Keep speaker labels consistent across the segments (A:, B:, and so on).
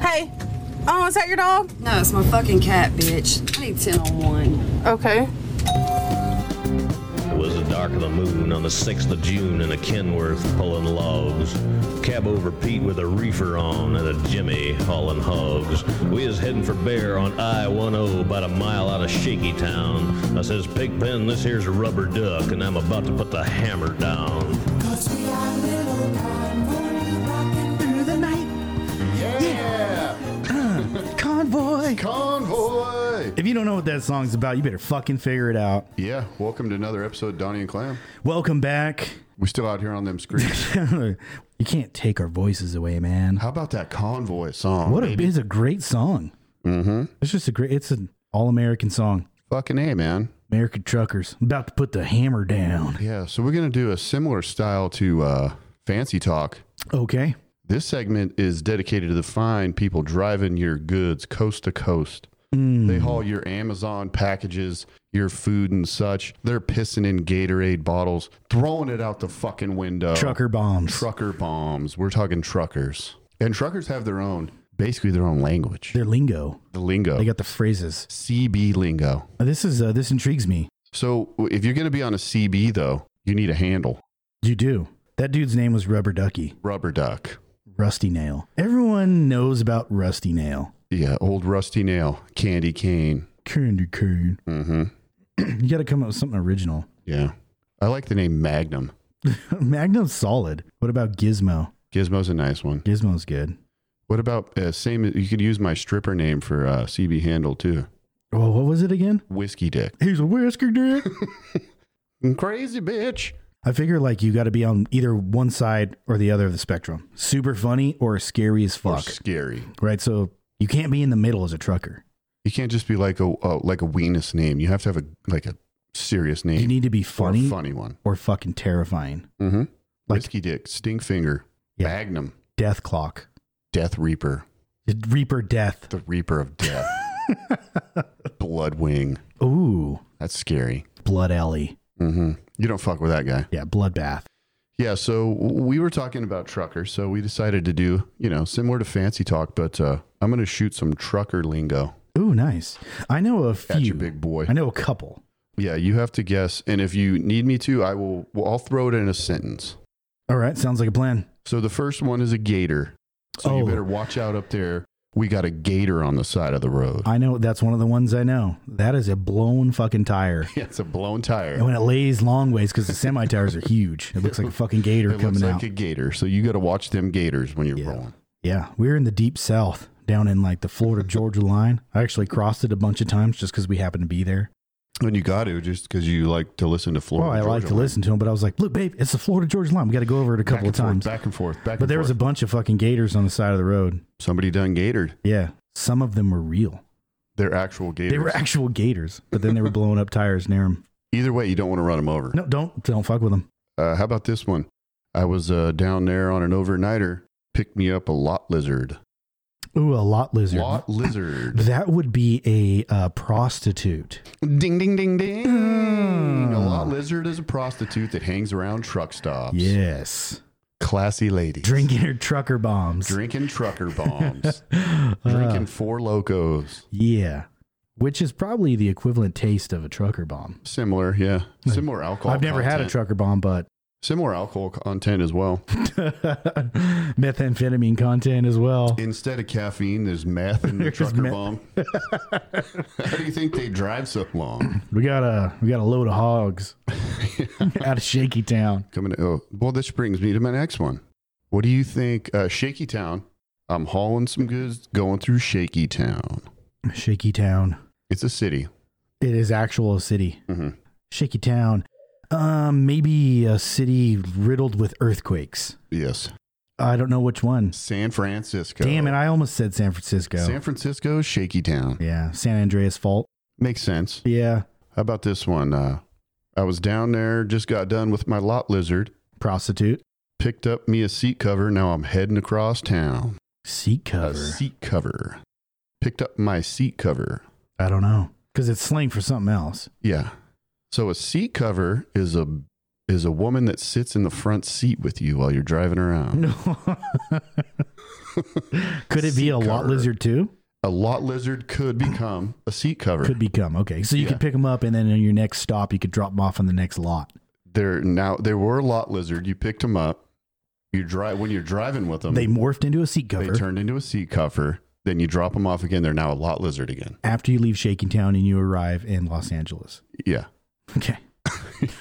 A: Hey. Oh, is that your dog?
B: No, it's my fucking cat, bitch. I need 10 on one.
A: Okay.
C: It was the dark of the moon on the 6th of June in a Kenworth pulling logs. Cab over Pete with a reefer on and a Jimmy hauling hogs. We is heading for Bear on I-10 about a mile out of Shaky Town. I says, Pigpen, this here's a rubber duck and I'm about to put the hammer down.
D: Through the night.
E: Yeah!
D: Uh, Convoy.
E: Convoy!
D: If you don't know what that song's about, you better fucking figure it out.
E: Yeah, welcome to another episode of Donnie and Clam.
D: Welcome back.
E: We're still out here on them screens.
D: you can't take our voices away, man.
E: How about that Convoy song?
D: What a,
E: baby?
D: it's a great song. Mm-hmm. It's just a great, it's an all American song.
E: Fucking A, man.
D: American truckers. I'm about to put the hammer down.
E: Yeah, so we're going to do a similar style to uh, Fancy Talk.
D: Okay.
E: This segment is dedicated to the fine people driving your goods coast to coast.
D: Mm.
E: They haul your Amazon packages, your food and such. They're pissing in Gatorade bottles, throwing it out the fucking window.
D: Trucker bombs.
E: Trucker bombs. We're talking truckers. And truckers have their own, basically their own language.
D: Their lingo.
E: The lingo.
D: They got the phrases.
E: CB lingo.
D: This is, uh, this intrigues me.
E: So if you're going to be on a CB though, you need a handle.
D: You do. That dude's name was Rubber Ducky.
E: Rubber duck.
D: Rusty Nail. Everyone knows about Rusty Nail.
E: Yeah, old rusty nail, candy cane.
D: Candy cane.
E: Mm-hmm.
D: You got to come up with something original.
E: Yeah. I like the name Magnum.
D: Magnum's solid. What about Gizmo?
E: Gizmo's a nice one.
D: Gizmo's good.
E: What about uh, same? You could use my stripper name for uh, CB handle too.
D: Well, what was it again?
E: Whiskey dick.
D: He's a whisker dick.
E: Crazy bitch.
D: I figure like you got to be on either one side or the other of the spectrum. Super funny or scary as
E: Or
D: fuck.
E: Scary.
D: right. So you can't be in the middle as a trucker.
E: You can't just be like a uh, like a weenus name. You have to have a like a serious name.
D: You need to be
E: or a
D: funny or,
E: funny one.
D: fucking terrifying.
E: Mm-hmm.
D: Like-
E: Whiskey dick, stinkfinger,
D: Yeah.
E: Magnum,
D: Death clock.
E: Death Reaper,
D: Reaper death.
E: the Reaper of Death, Bloodwing.
D: Ooh.
E: That's scary.
D: Blood alley.
E: Mm-hmm. You don't fuck with that guy.
D: Yeah. Bloodbath.
E: Yeah, so w- we were talking about truckers, so we decided to do, you know, similar to fancy talk, but uh, I'm going to shoot some trucker lingo
D: Ooh, nice. I know a few.
E: at you, big boy.
D: I know a couple.
E: Yeah, you have to guess, and if you need me to, I will. Well, I'll throw it in a sentence.
D: All right. Sounds like a plan.
E: So the first one is a gator. So
D: Oh.
E: you better watch out up there. We got a gator on the side of the road.
D: I know that's one of the ones I know. That is a blown fucking tire.
E: Yeah, it's a blown
D: And
E: tire.
D: when it lays long ways, because the semi tires are huge, it looks like a fucking
E: It
D: gator
E: looks
D: coming
E: like
D: out.
E: a gator, so you got to watch them gators when you're
D: Yeah.
E: rolling.
D: yeah, we're in the deep south, down in like the Florida Georgia line. I actually crossed it a bunch of times just because we happened to be there.
E: And you got to just because you like to listen to
D: Well,
E: Florida.
D: I like
E: Georgia
D: to
E: line.
D: listen to them, but I was like, look, babe, it's the Florida Georgia line. We got to go over it a
E: Back
D: couple
E: and
D: of
E: forth,
D: times.
E: back and forth, back.
D: But there was a bunch of fucking gators on the side of the road.
E: somebody done gatored.
D: Yeah, some of them were real.
E: They're actual gators.
D: They were actual gators, but then they were blowing up tires near them.
E: Either way, you don't want to run them over.
D: No, don't don't fuck with them.
E: Uh, how about this one? I was uh, down there on an overnighter. Picked me up a lot lizard.
D: Ooh, a lot lizard.
E: Lot lizard.
D: That would be a uh, prostitute.
E: ding, ding, ding, ding.
D: Mm.
E: A lot lizard is a prostitute that hangs around truck stops.
D: Yes.
E: Classy lady.
D: Drinking her trucker bombs.
E: Drinking trucker bombs.
D: Uh,
E: Drinking four locos.
D: yeah. Which is probably the equivalent taste of a trucker bomb.
E: Similar, yeah. Similar alcohol.
D: I've never had a
E: content.
D: trucker bomb, but
E: Similar alcohol content as well.
D: methamphetamine content as well.
E: Instead of caffeine, there's meth in the
D: There's
E: trucker
D: meth.
E: bomb. How do you think they drive so long?
D: We got a we got a load of hogs out of Shaky Town.
E: Coming. To, oh, well, this brings me to my next one. What do you think, uh, Shaky Town? I'm hauling some goods going through Shaky Town.
D: Shaky Town.
E: It's a city.
D: It is actual city.
E: Mhm.
D: Shaky Town. Um, maybe a city riddled with earthquakes.
E: Yes,
D: I don't know which one.
E: San Francisco.
D: Damn it! I almost said San Francisco.
E: San Francisco, Shaky Town.
D: yeah, San Andreas Fault.
E: Makes sense.
D: Yeah,
E: How about this one? Uh, I was down there, just got done with my lot lizard,
D: prostitute
E: picked up me a seat cover. Now I'm heading across town.
D: seat cover.
E: A seat cover. Picked up my seat cover.
D: I don't know because it's slang for something else.
E: Yeah. So a seat cover is a is a woman that sits in the front seat with you while you're driving around.
D: Could it be a lot
E: cover.
D: lizard too?
E: A lot lizard could become a seat cover.
D: Could become okay. So you could pick them up, and then on your next stop, you could drop them off on the next lot.
E: There now there were a lot lizard. You picked them up. You drive when you're driving with them.
D: They morphed into a seat
E: they
D: cover
E: turned into a seat cover. Then you drop them off again. They're now a lot lizard again.
D: after you leave Shaking Town and you arrive in Los Angeles.
E: Yeah.
D: Okay.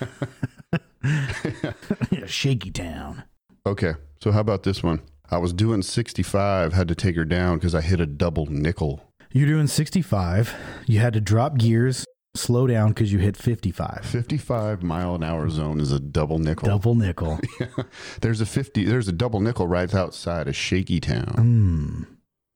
D: yeah, Shaky Town.
E: Okay. So how about this one? I was doing 65. Had to take her down because I hit a double nickel.
D: You're doing 65. You had to drop gears, slow down because you hit 55.
E: 55 mile an hour zone is a double nickel.
D: Double nickel.
E: There's a 50. There's a double nickel right outside of Shaky Town.
D: Hmm.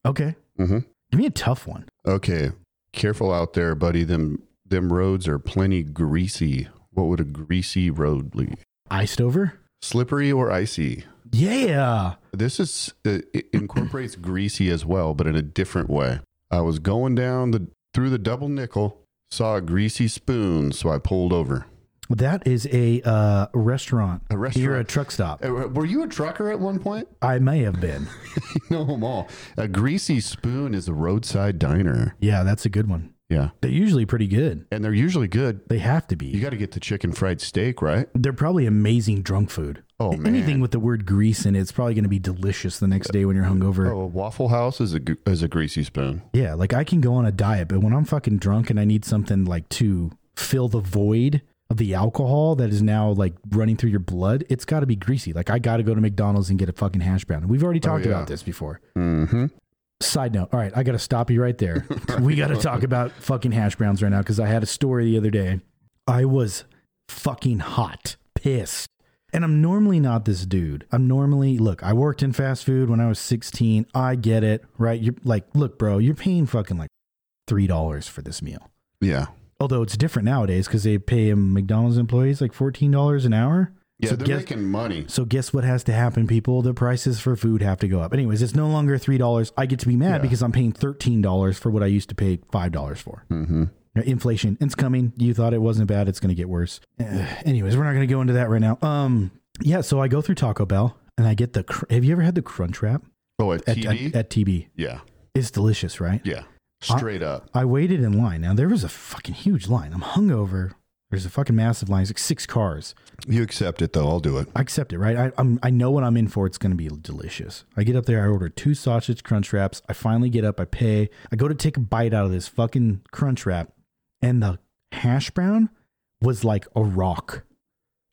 D: Okay.
E: hmm
D: Give me a tough one.
E: Okay, careful out there, buddy. Them them roads are plenty greasy. What would a greasy road be?
D: Iced over?
E: Slippery or icy?
D: Yeah.
E: This is uh, it incorporates greasy as well, but in a different way. I was going down the through the double nickel, saw a greasy spoon, so I pulled over.
D: That is a uh, restaurant.
E: A restaurant.
D: You're a truck stop.
E: Uh, Were you a trucker at one point?
D: I may have been.
E: you know them all. A greasy spoon is a roadside diner.
D: Yeah, that's a good one.
E: Yeah,
D: They're usually pretty good.
E: and they're usually good.
D: They have to
E: You
D: be.
E: got to get the chicken fried steak, right?
D: They're probably amazing drunk food.
E: Oh,
D: Anything
E: man.
D: with the word grease in it, it's probably going to be delicious the next day when you're hungover.
E: Oh, a Waffle House is a gr- is a greasy spoon.
D: Yeah, like I can go on a diet, but when I'm fucking drunk and I need something like to fill the void of the alcohol that is now like running through your blood, it's got to be greasy. Like I got to go to McDonald's and get a fucking hash brown. We've already talked
E: Oh, yeah.
D: about this before.
E: Mm-hmm.
D: Side note. All right, I got to stop you right there. we got to talk about fucking hash browns right now because I had a story the other day. I was fucking hot, pissed. And I'm normally not this dude. I'm normally, look, I worked in fast food when I was 16. I get it, right? You're like, look, bro, you're paying fucking like $3 for this meal.
E: Yeah.
D: Although it's different nowadays because they pay McDonald's employees like $14 an hour.
E: Yeah,
D: So
E: they're
D: guess-
E: making money.
D: So guess what has to happen, people? The prices for food have to go up. Anyways, it's no longer three dollars. I get to be
E: Yeah.
D: mad because I'm paying thirteen dollars for what I used to pay five dollars for.
E: Mm-hmm.
D: Now, Inflation, it's coming. You thought it wasn't bad. It's going to get worse. Eh, anyways, we're not going to go into that right now. Um, yeah. So I go through Taco Bell and I get the. Cr- have you ever had the Crunch Wrap
E: Oh, at
D: at,
E: TV?
D: at, at TB?
E: yeah,
D: It's delicious, right?
E: yeah, straight up.
D: I waited in line. Now there was a fucking huge line. I'm hungover. There's a fucking massive line. It's like six cars.
E: You accept it though. I'll do it.
D: I accept it, right? I, I'm, I know what I'm in for. It's going to be delicious. I get up there, I order two sausage crunch wraps. I finally get up, I pay. I go to take a bite out of this fucking crunch wrap, and the hash brown was like a rock,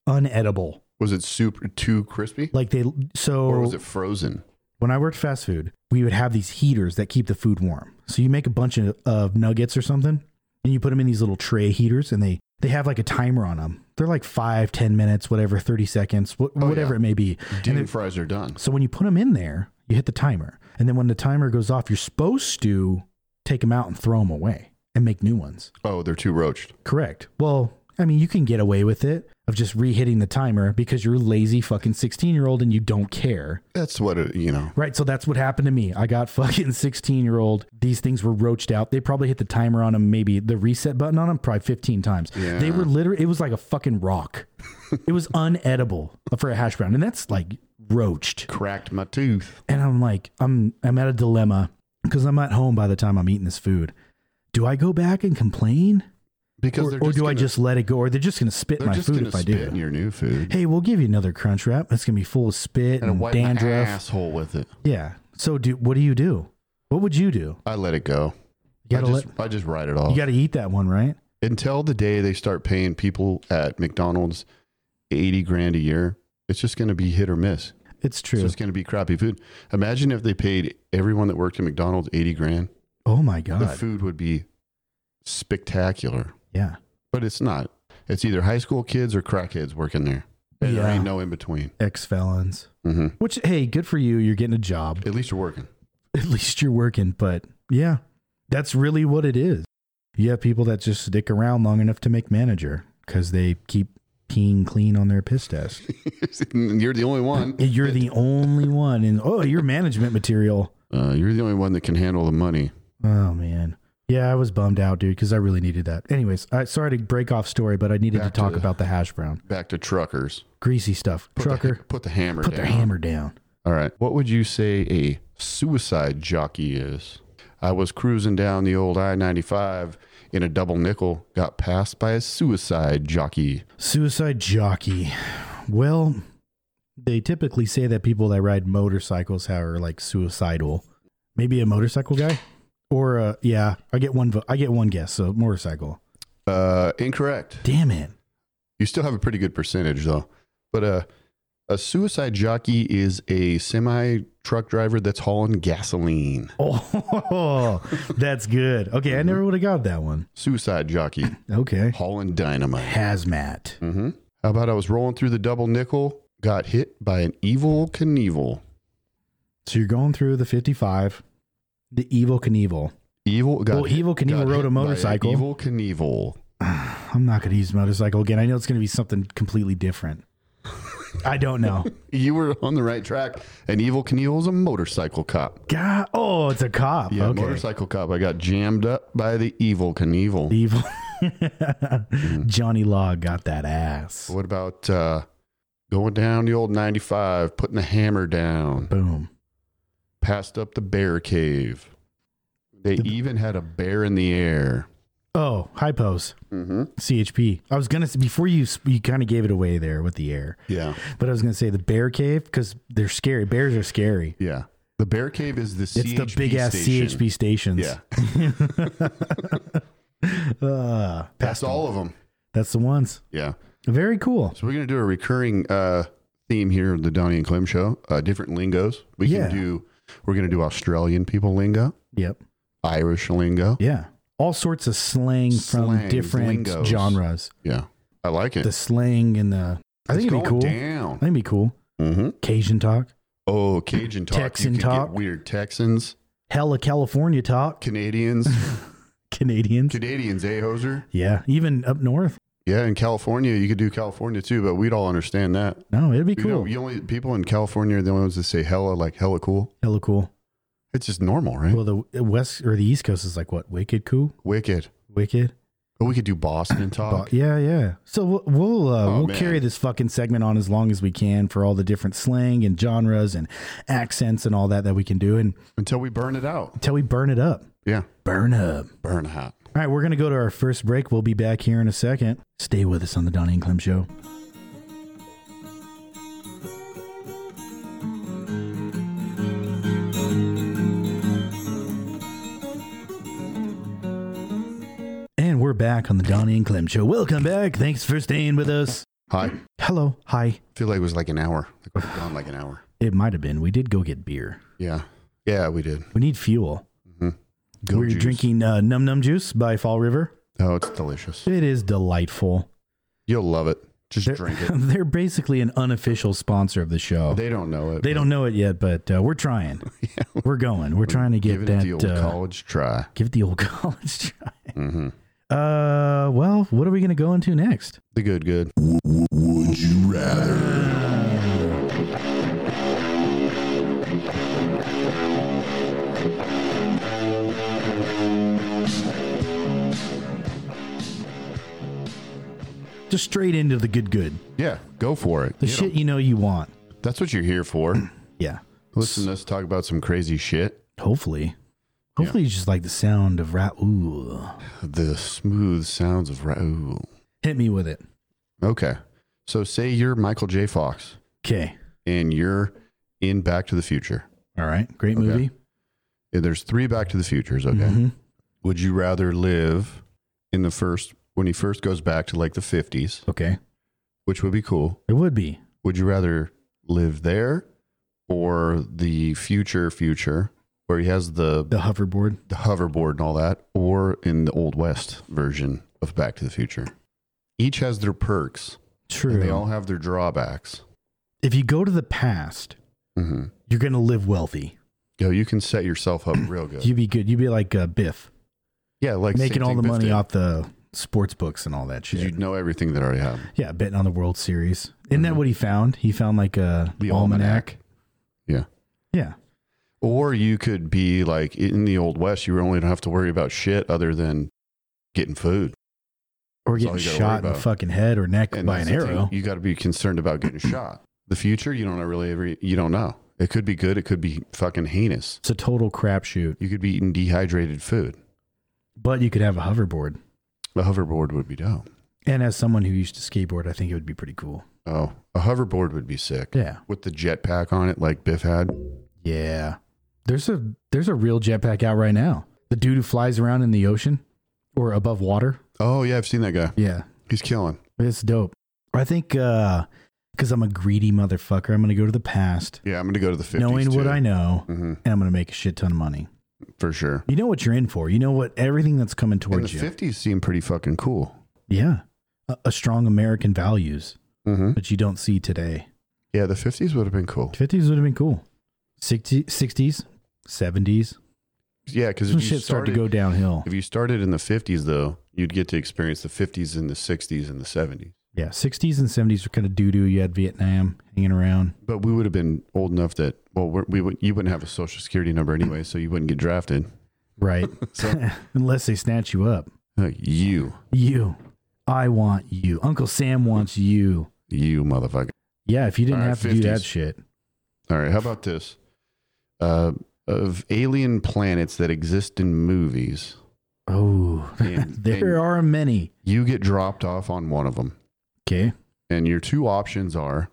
D: unedible.
E: Was it super too crispy,
D: Like they, so
E: or was it frozen?
D: when I worked fast food, we would have these heaters that keep the food warm. So you make a bunch of, of nuggets or something, and you put them in these little tray heaters, and they they have like a timer on them. They're like five, ten minutes, whatever, thirty seconds, wh- whatever
E: Oh, yeah.
D: it may be.
E: Dean fries are done.
D: So when you put them in there, you hit the timer, and then when the timer goes off, you're supposed to take them out and throw them away and make new ones.
E: Oh, they're too roached.
D: Correct. Well, I mean, you can get away with it of just re-hitting the timer because you're a lazy fucking 16 year old and you don't care.
E: That's what it, you know.
D: Right. So that's what happened to me. I got fucking 16 year old. These things were roached out. They probably hit the timer on them, maybe the reset button on them, probably 15 times. They were literally, it was like a fucking rock. it was unedible for a hash brown. And that's like roached.
E: Cracked my tooth.
D: And I'm like, I'm, I'm at a dilemma because I'm at home by the time I'm eating this food. Do I go back and complain?
E: Because
D: Or,
E: they're
D: or do I
E: gonna-
D: just let it go? Or they're just going to spit
E: They're
D: my
E: just
D: food
E: gonna
D: if I
E: spit
D: do.
E: in your new food
D: Hey, we'll give you another crunch wrap. It's going to be full of spit
E: and a
D: and,
E: white
D: dandruff.
E: asshole with it.
D: Yeah. So do what do you do? What would you do?
E: I let it go.
D: You
E: I
D: gotta
E: just,
D: let,
E: I just write it off.
D: you gotta eat that one, right?
E: until the day they start paying people at McDonald's 80 grand a year, it's just going to be hit or miss.
D: It's
E: It's
D: true.
E: just going to be crappy food. Imagine if they paid everyone that worked at McDonald's 80 grand.
D: oh my
E: The
D: god.
E: food would be spectacular.
D: Yeah.
E: But it's not. It's either high school kids or crackheads working there. And There
D: Yeah.
E: ain't no in between.
D: Ex felons.
E: hmm
D: Which hey, good for you. You're getting a job.
E: At least you're working.
D: At least you're working, but yeah. That's really what it is. You have people that just stick around long enough to make manager because they keep peeing clean on their piss test.
E: you're the only one.
D: And You're the only one and oh, you're management material.
E: Uh, you're the only one that can handle the money.
D: Oh man. Yeah, I was bummed out, dude, because I really needed that. Anyways, I, sorry to break off story, but I needed
E: Back
D: to talk
E: to-
D: about the hash brown.
E: Back to truckers.
D: Greasy stuff. Trucker,
E: Put the hammer
D: put
E: down.
D: their hammer down.
E: All right. What would you say a suicide jockey is? I was cruising down the old I 95 in a double nickel, got passed by a suicide jockey.
D: Suicide jockey. Well, they typically say that people that ride motorcycles are like suicidal. Maybe a motorcycle guy, or uh, yeah, I get one. vo- I get one guess. So motorcycle.
E: Uh, incorrect.
D: Damn it.
E: You still have a pretty good percentage, though. But uh, a suicide jockey is a semi truck driver that's hauling gasoline.
D: Oh, that's good. Okay, I never would have got that one.
E: Suicide jockey
D: Okay,
E: hauling dynamite.
D: hazmat.
E: Mm-hmm. How about I was rolling through the double nickel, got hit by an evil Knievel.
D: So you're going through the 55, the evil Knievel.
E: Evil. Got
D: Well, Evil Knievel
E: got
D: rode a
E: hit by
D: motorcycle.
E: Evil Knievel.
D: I'm not going to use motorcycle again. I know it's going to be something completely different. I don't know.
E: You were on the right track. An Evil Knievel is a motorcycle cop.
D: God, oh, it's a cop.
E: Yeah,
D: okay.
E: motorcycle cop. I got jammed up by the Evil Knievel.
D: Evil. Johnny Law got that ass.
E: Mm-hmm. What about uh, going down the old 95, putting the hammer down,
D: Boom.
E: passed up the bear cave? They even had a bear in the air.
D: Oh, hypos.
E: Mhm.
D: CHP. I was going to before you s- you kind of gave it away there with the air.
E: Yeah.
D: But I was going to say the bear cave cuz they're scary. Bears are scary.
E: Yeah. The bear cave is the
D: It's the
E: CHP
D: big ass
E: station.
D: CHP stations.
E: Yeah.
D: Uh,
E: That's all of them.
D: that's the ones.
E: Yeah.
D: Very cool.
E: So we're gonna do a recurring uh, theme here of the Donnie and Clem show. Uh, different lingos. We
D: Yeah.
E: can do. We're gonna do Australian people lingo,
D: Yep.
E: Irish lingo.
D: Yeah. All sorts of slang from
E: Slangs,
D: different
E: lingos.
D: genres.
E: Yeah, I like it.
D: The slang and the I
E: It's
D: think it'd be
E: going
D: cool. I
E: Down.
D: think it'd be cool.
E: Mm-hmm.
D: Cajun talk,
E: Oh, Cajun talk. You
D: Texan
E: could get
D: talk.
E: weird Texans,
D: hella California talk,
E: Canadians,
D: Canadians.
E: Canadians, eh, hoser?
D: Yeah, even up north.
E: Yeah, in California, you could do California too, but we'd all understand that.
D: No, it'd be
E: You
D: cool.
E: know, you only people in California are the only ones that say hella, like hella cool.
D: Hella cool.
E: It's just normal, right?
D: Well, the west or the east coast is like what? Wicked cool.
E: Wicked.
D: Wicked.
E: But we could do Boston talk.
D: But yeah, yeah. So we'll we'll, uh,
E: Oh,
D: we'll
E: man.
D: carry this fucking segment on as long as we can for all the different slang and genres and accents and all that that we can do, and
E: until we burn it out.
D: until we burn it up.
E: Yeah,
D: Burn up.
E: burn hot.
D: All right, we're going to go to our first break. We'll be back here in a second. Stay with us on the Donnie and Clem Show. And we're back on the Donnie and Clem Show. Welcome back. Thanks for staying with us.
E: Hi.
D: Hello. Hi.
E: feel like it was like an hour. Like we've gone like an hour.
D: It might have been. We did go get beer.
E: Yeah. Yeah, we did.
D: We need fuel.
E: Go
D: we're
E: juice.
D: drinking uh, Num Num Juice by Fall River.
E: Oh, it's delicious.
D: It is delightful.
E: You'll love it. Just
D: They're,
E: drink it.
D: they're basically an unofficial sponsor of the show. They,
E: They don't know it.
D: don't know it yet, but uh, we're trying. We're going. We're trying to
E: Give
D: get
E: it
D: that.
E: the old
D: uh,
E: college try.
D: Give it the old college try.
E: hmm
D: Uh, well, what are we going to go into next?
E: The good, good.
F: Would you rather?
D: Just straight into the good, good,
E: Yeah, go for it.
D: the
E: You
D: shit you know you want.
E: know, that's what you're here for.
D: Yeah,
E: Listen to us talk about some crazy shit.
D: hopefully, hopefully you just like the sound of Raul.
E: The smooth sounds of Raoul.
D: Hit me with it.
E: Okay. So say you're Michael J. Fox
D: Okay,
E: and you're in Back to the Future.
D: all right, great movie.
E: There's three Back to the Futures, okay?
D: Mhm.
E: Would you rather live in the first when he first goes back to like the 50s,
D: Okay,
E: which would be cool?
D: it would be
E: Would you rather live there or the future future where he has the,
D: the hoverboard.
E: the hoverboard and all that or in the old west version of Back to the Future? Each has their perks
D: True.
E: and they all have their drawbacks.
D: if you go to the past,
E: Mm-hmm.
D: you're going to live wealthy.
E: Yo, you can set yourself up real good.
D: You'd be good. You'd be like uh, Biff,
E: yeah, like same
D: making all
E: thing
D: the
E: Biff
D: money
E: did.
D: off the sports books and all that
E: 'Cause
D: shit.
E: You know everything that already happened.
D: yeah, betting on the World Series. Isn't that what he found? He found like a
E: Mm-hmm. The almanac.
D: almanac.
E: Yeah.
D: uh, Yeah,
E: Or you could be like in the old west, you only don't have to worry about shit other than getting food. That's all
D: Or getting
E: you gotta worry
D: shot in the
E: about.
D: fucking head or neck by
E: that's
D: an
E: the thing,
D: arrow.
E: You got to be concerned about getting shot. The future, you don't know really every, you don't know. It could be good. It could be fucking heinous.
D: It's a total crapshoot.
E: You could be eating dehydrated food.
D: But you could have a hoverboard.
E: A hoverboard would be dope.
D: And as someone who used to skateboard, I think it would be pretty cool.
E: Oh, a hoverboard would be sick.
D: Yeah.
E: With the jetpack on it, like Biff had.
D: Yeah. There's a there's a real jetpack out right now. The dude who flies around in the ocean or above water.
E: Oh, yeah, I've seen that guy.
D: Yeah.
E: He's killing.
D: It's dope. I think uh because I'm a greedy motherfucker, I'm gonna go to the past,
E: Yeah, I'm going to go to the 50s.
D: knowing what
E: too.
D: I know,
E: Mhm,
D: and I'm gonna make a shit ton of money.
E: for sure.
D: You know what you're in for. You know what everything that's coming
E: And the
D: towards you.
E: 50s seem pretty fucking cool.
D: yeah. A, a strong American values
E: Mm-hmm.
D: that you don't see today.
E: Yeah, the 50s would have been cool.
D: 50s would have been cool. 60, 60s, 70s.
E: Yeah, because
D: Some
E: if, you
D: shit started to
E: started-
D: go downhill.
E: if you started in the 50s, though, you'd get to experience the 50s and the 60s and the 70s.
D: Yeah, 60s and 70s were kind of doo doo. You had Vietnam hanging around.
E: But we would have been old enough that, well, we're, we would, you wouldn't have a social security number anyway, so you wouldn't get drafted.
D: Right. Unless they snatch you up.
E: Like, you,
D: You. I want you. Uncle Sam wants you.
E: you motherfucker.
D: Yeah, if you didn't
E: All right,
D: have to do that
E: 50s.
D: shit.
E: All right, how about this? Uh, of alien planets that exist in movies,
D: Oh,
E: And-
D: there
E: and-
D: are many.
E: you get dropped off on one of them,
D: Okay.
E: and your two options are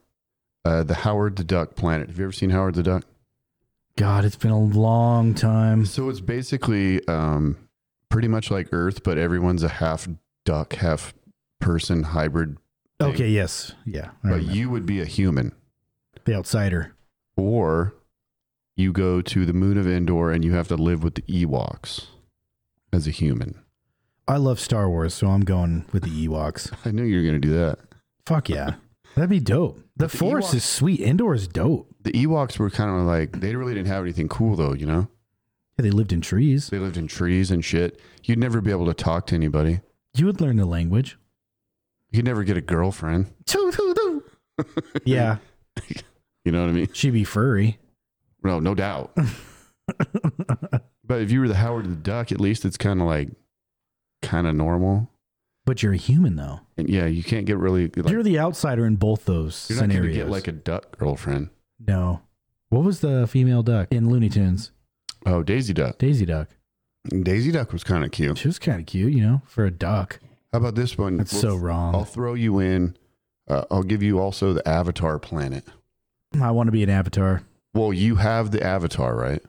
E: uh, the Howard the Duck planet. Have you ever seen Howard the Duck?
D: God, it's been a long time.
E: So it's basically um, pretty much like Earth, but everyone's a half duck, half person hybrid. thing.
D: Okay, yes. Yeah.
E: but
D: I remember.
E: you would be a human,
D: the outsider.
E: or you go to the moon of Endor and you have to live with the Ewoks as a human.
D: I love Star Wars, so I'm going with the Ewoks.
E: I knew you were going to do that.
D: Fuck yeah. That'd be dope. The
E: the
D: forest
E: Ewoks-
D: is sweet. Indoor is dope.
E: the Ewoks were kind of like they really didn't have anything cool though, you know.
D: Yeah, they lived in trees.
E: They lived in trees and shit. You'd never be able to talk to anybody.
D: You would learn the language.
E: You'd never get a girlfriend.
D: Yeah.
E: You know what I mean?
D: She'd be furry.
E: No, no doubt. but if you were the Howard the Duck, at least it's kind of like kind of normal.
D: But you're a human though.
E: And yeah, you can't get really like,
D: you're
E: you're,
D: the outsider in both those
E: not going to
D: scenarios.
E: get like a duck girlfriend.
D: no. What was the female duck in Looney Tunes?
E: Oh, Daisy Duck.
D: Daisy Duck.
E: Daisy Duck was kind of cute.
D: She was kind of cute, you know, for a duck.
E: How about this one?
D: That's
E: We'll-
D: so wrong.
E: I'll throw you in. Uh, I'll give you also the Avatar planet.
D: I want to be an avatar,
E: Well, you have the Avatar, right?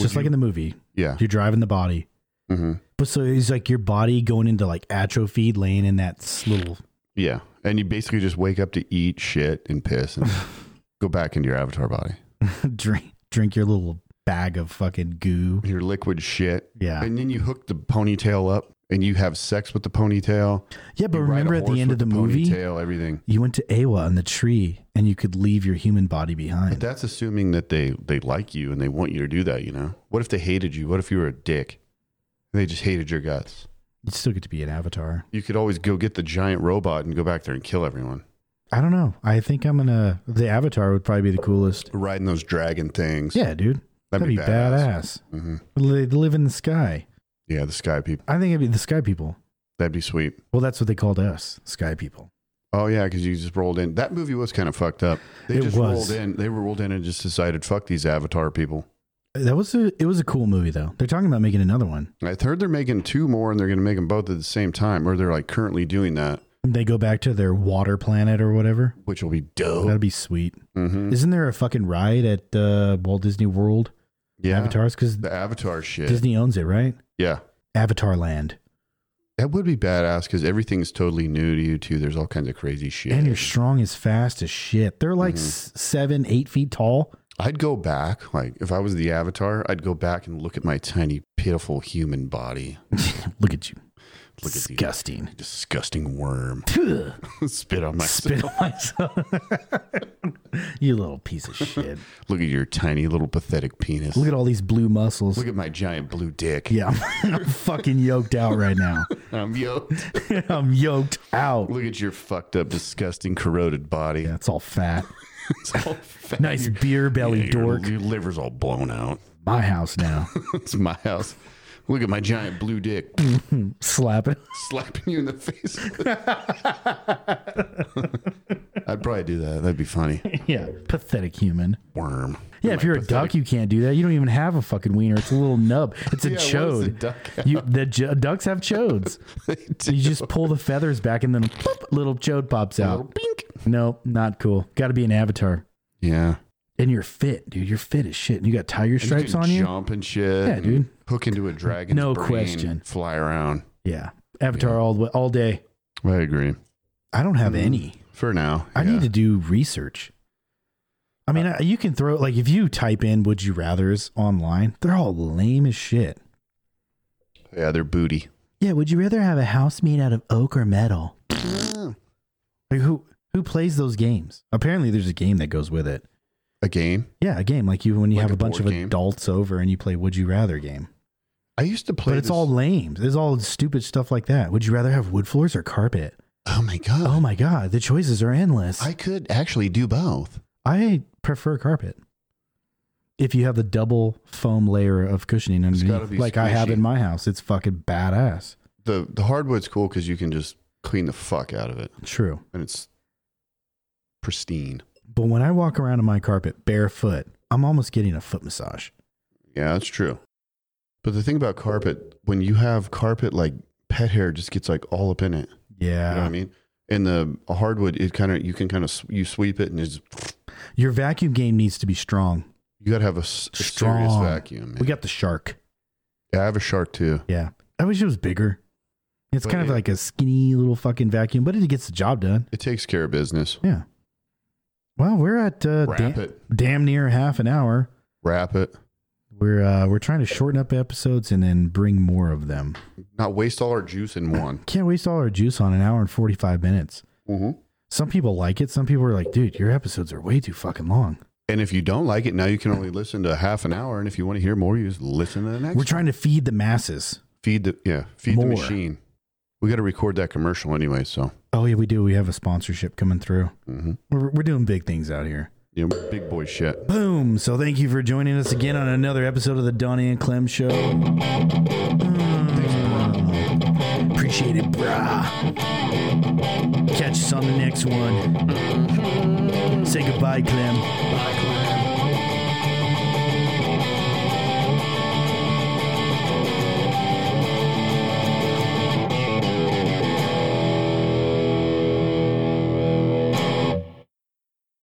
D: just like in the movie.
E: Yeah.
D: You're driving the body,
E: Mm-hmm.
D: but so it's like your body going into like atrophy, laying in that s- little.
E: Yeah. And you basically just wake up to eat shit and piss and go back into your avatar body.
D: drink, drink your little bag of fucking goo.
E: Your liquid shit.
D: Yeah.
E: And then you hook the ponytail up and you have sex with the ponytail.
D: Yeah, but
E: You ride a
D: remember at
E: horse
D: the end of
E: with
D: the, movie,
E: Ponytail, everything.
D: you went to Awa on the tree, and you could leave your human body
E: But
D: behind.
E: that's assuming that they, they like you and they want you to do that, you know? What if they hated you? What if you were a dick? They just hated your guts.
D: You still get to be an avatar.
E: You could always go get the giant robot and go back there and kill everyone.
D: I don't know. I think I'm gonna. The Avatar would probably be the coolest.
E: Riding those dragon things.
D: Yeah, dude. That'd, be, badass.
E: hmm
D: They live in the sky.
E: Yeah, the sky people.
D: I think it'd be the sky people.
E: That'd be sweet.
D: Well, that's what they called us, sky people.
E: Oh yeah, because you just rolled in. That movie was kind of fucked up. They
D: It
E: just rolled
D: was.
E: in. They were rolled in and just decided, fuck these Avatar people.
D: That was a. It was a cool movie though. They're talking about making another one.
E: I heard they're making two more, and they're going to make them both at the same time, or they're like currently doing that,
D: They go back to their water planet or whatever.
E: which will be dope.
D: That'd be sweet.
E: hmm
D: Isn't there a fucking ride at uh, Walt Disney World?
E: Yeah,
D: Avatars, because
E: the Avatar shit.
D: Disney owns it, right?
E: Yeah,
D: Avatar Land,
E: that would be badass because everything's totally new to you too. There's all kinds of crazy shit.
D: and you're strong as fast as shit. They're like s- seven, eight feet tall.
E: I'd go back, like if I was the Avatar, I'd go back and look at my tiny, pitiful human body.
D: Look at you,
E: Look at the
D: disgusting.
E: disgusting worm. Spit on my.
D: Spit on myself. you little piece of shit.
E: Look at your tiny little pathetic penis.
D: Look at all these blue muscles.
E: Look at my giant blue dick.
D: yeah, I'm, I'm fucking yoked out right now.
E: Um, yo.
D: I'm yoked out.
E: Look at your fucked up, disgusting, corroded body.
D: Yeah, it's all fat.
E: It's all fat.
D: Nice beer belly
E: Yeah, your-
D: dork.
E: Your, liver's all blown out.
D: my house now.
E: it's my house. Look at my giant blue dick
D: Slap it.
E: slapping you in the face. I'd probably do that. That'd be funny.
D: Yeah. Pathetic human.
E: Worm.
D: Yeah, if you're a duck, you can't do that. You don't even have a fucking wiener. It's a little nub. It's a
E: Yeah, what does
D: chode.
E: a duck have?
D: You, the j- ducks have chodes.
E: do.
D: you just pull the feathers back and then boop, little chode pops out.
E: Bink.
D: Nope, not cool. Got to be an avatar.
E: Yeah.
D: And you're fit, dude. You're fit as shit. And you got tiger
E: And you
D: stripes
E: can
D: on you.
E: Jump and shit.
D: Yeah,
E: and
D: dude.
E: Hook into a dragon.
D: No question.
E: Fly around.
D: Yeah. Avatar all the way, all day. Mm-hmm.
E: I agree.
D: I don't have any.
E: For now.
D: I
E: yeah.
D: need to do research. I mean, I- you can throw like if you type in "would you rather's" online, they're all lame as shit.
E: Yeah, they're booty.
D: Yeah, would you rather have a house made out of oak or metal? Like who who plays those games? Apparently, there's a game that goes with it.
E: A game.
D: Yeah, a game like you when you
E: Like
D: have
E: a
D: a bunch of
E: board game?
D: adults over and you play "Would you rather" game.
E: I used to play.
D: But it's
E: this-
D: all lame. It's all stupid stuff like that. Would you rather have wood floors or carpet?
E: Oh my god.
D: Oh my god, the choices are endless.
E: I could actually do both.
D: I prefer carpet. If you have the double foam layer of cushioning
E: gotta
D: underneath,
E: be
D: like I have
E: squishy.
D: in my house, it's fucking badass.
E: The the hardwood's cool because you can just clean the fuck out of it,
D: True.
E: and it's pristine.
D: But when I walk around on my carpet barefoot, I'm almost getting a foot massage.
E: Yeah, that's true. But the thing about carpet, when you have carpet, like pet hair just gets like all up in it. You
D: Yeah.
E: know what I mean? And the hardwood, it kind of you can kind of you sweep it and it's
D: Your vacuum game needs to be strong.
E: you got to have a, s- a serious
D: Strong.
E: vacuum. Man.
D: We got the shark.
E: yeah, I have a shark too.
D: Yeah. I wish it was bigger. It's
E: But
D: kind of
E: it-
D: like a skinny little fucking vacuum, but it gets the job done.
E: It takes care of business.
D: Yeah. Well, we're at uh,
E: Wrap
D: da-
E: it.
D: damn near half an hour.
E: Wrap it.
D: We're uh, we're trying to shorten up episodes and then bring more of them.
E: Not waste all our juice in one.
D: Can't waste all our juice on an hour and forty five minutes.
E: Mm-hmm.
D: Some people like it. Some people are like, dude, your episodes are way too fucking long.
E: And if you don't like it, now you can only listen to half an hour. And if you want to hear more, you just listen to the next.
D: We're trying to feed the masses.
E: feed the yeah, feed
D: More.
E: the machine. We got to record that commercial anyway, so
D: Oh yeah, we do. We have a sponsorship coming through. We're we're doing big things out here.
E: you know, big boy shit.
D: Boom. So thank you for joining us again on another episode of the Donnie and Clem Show. Mm-hmm. Appreciate it, brah. Catch us on the next one. Say goodbye, Clem.
B: Bye, Clem.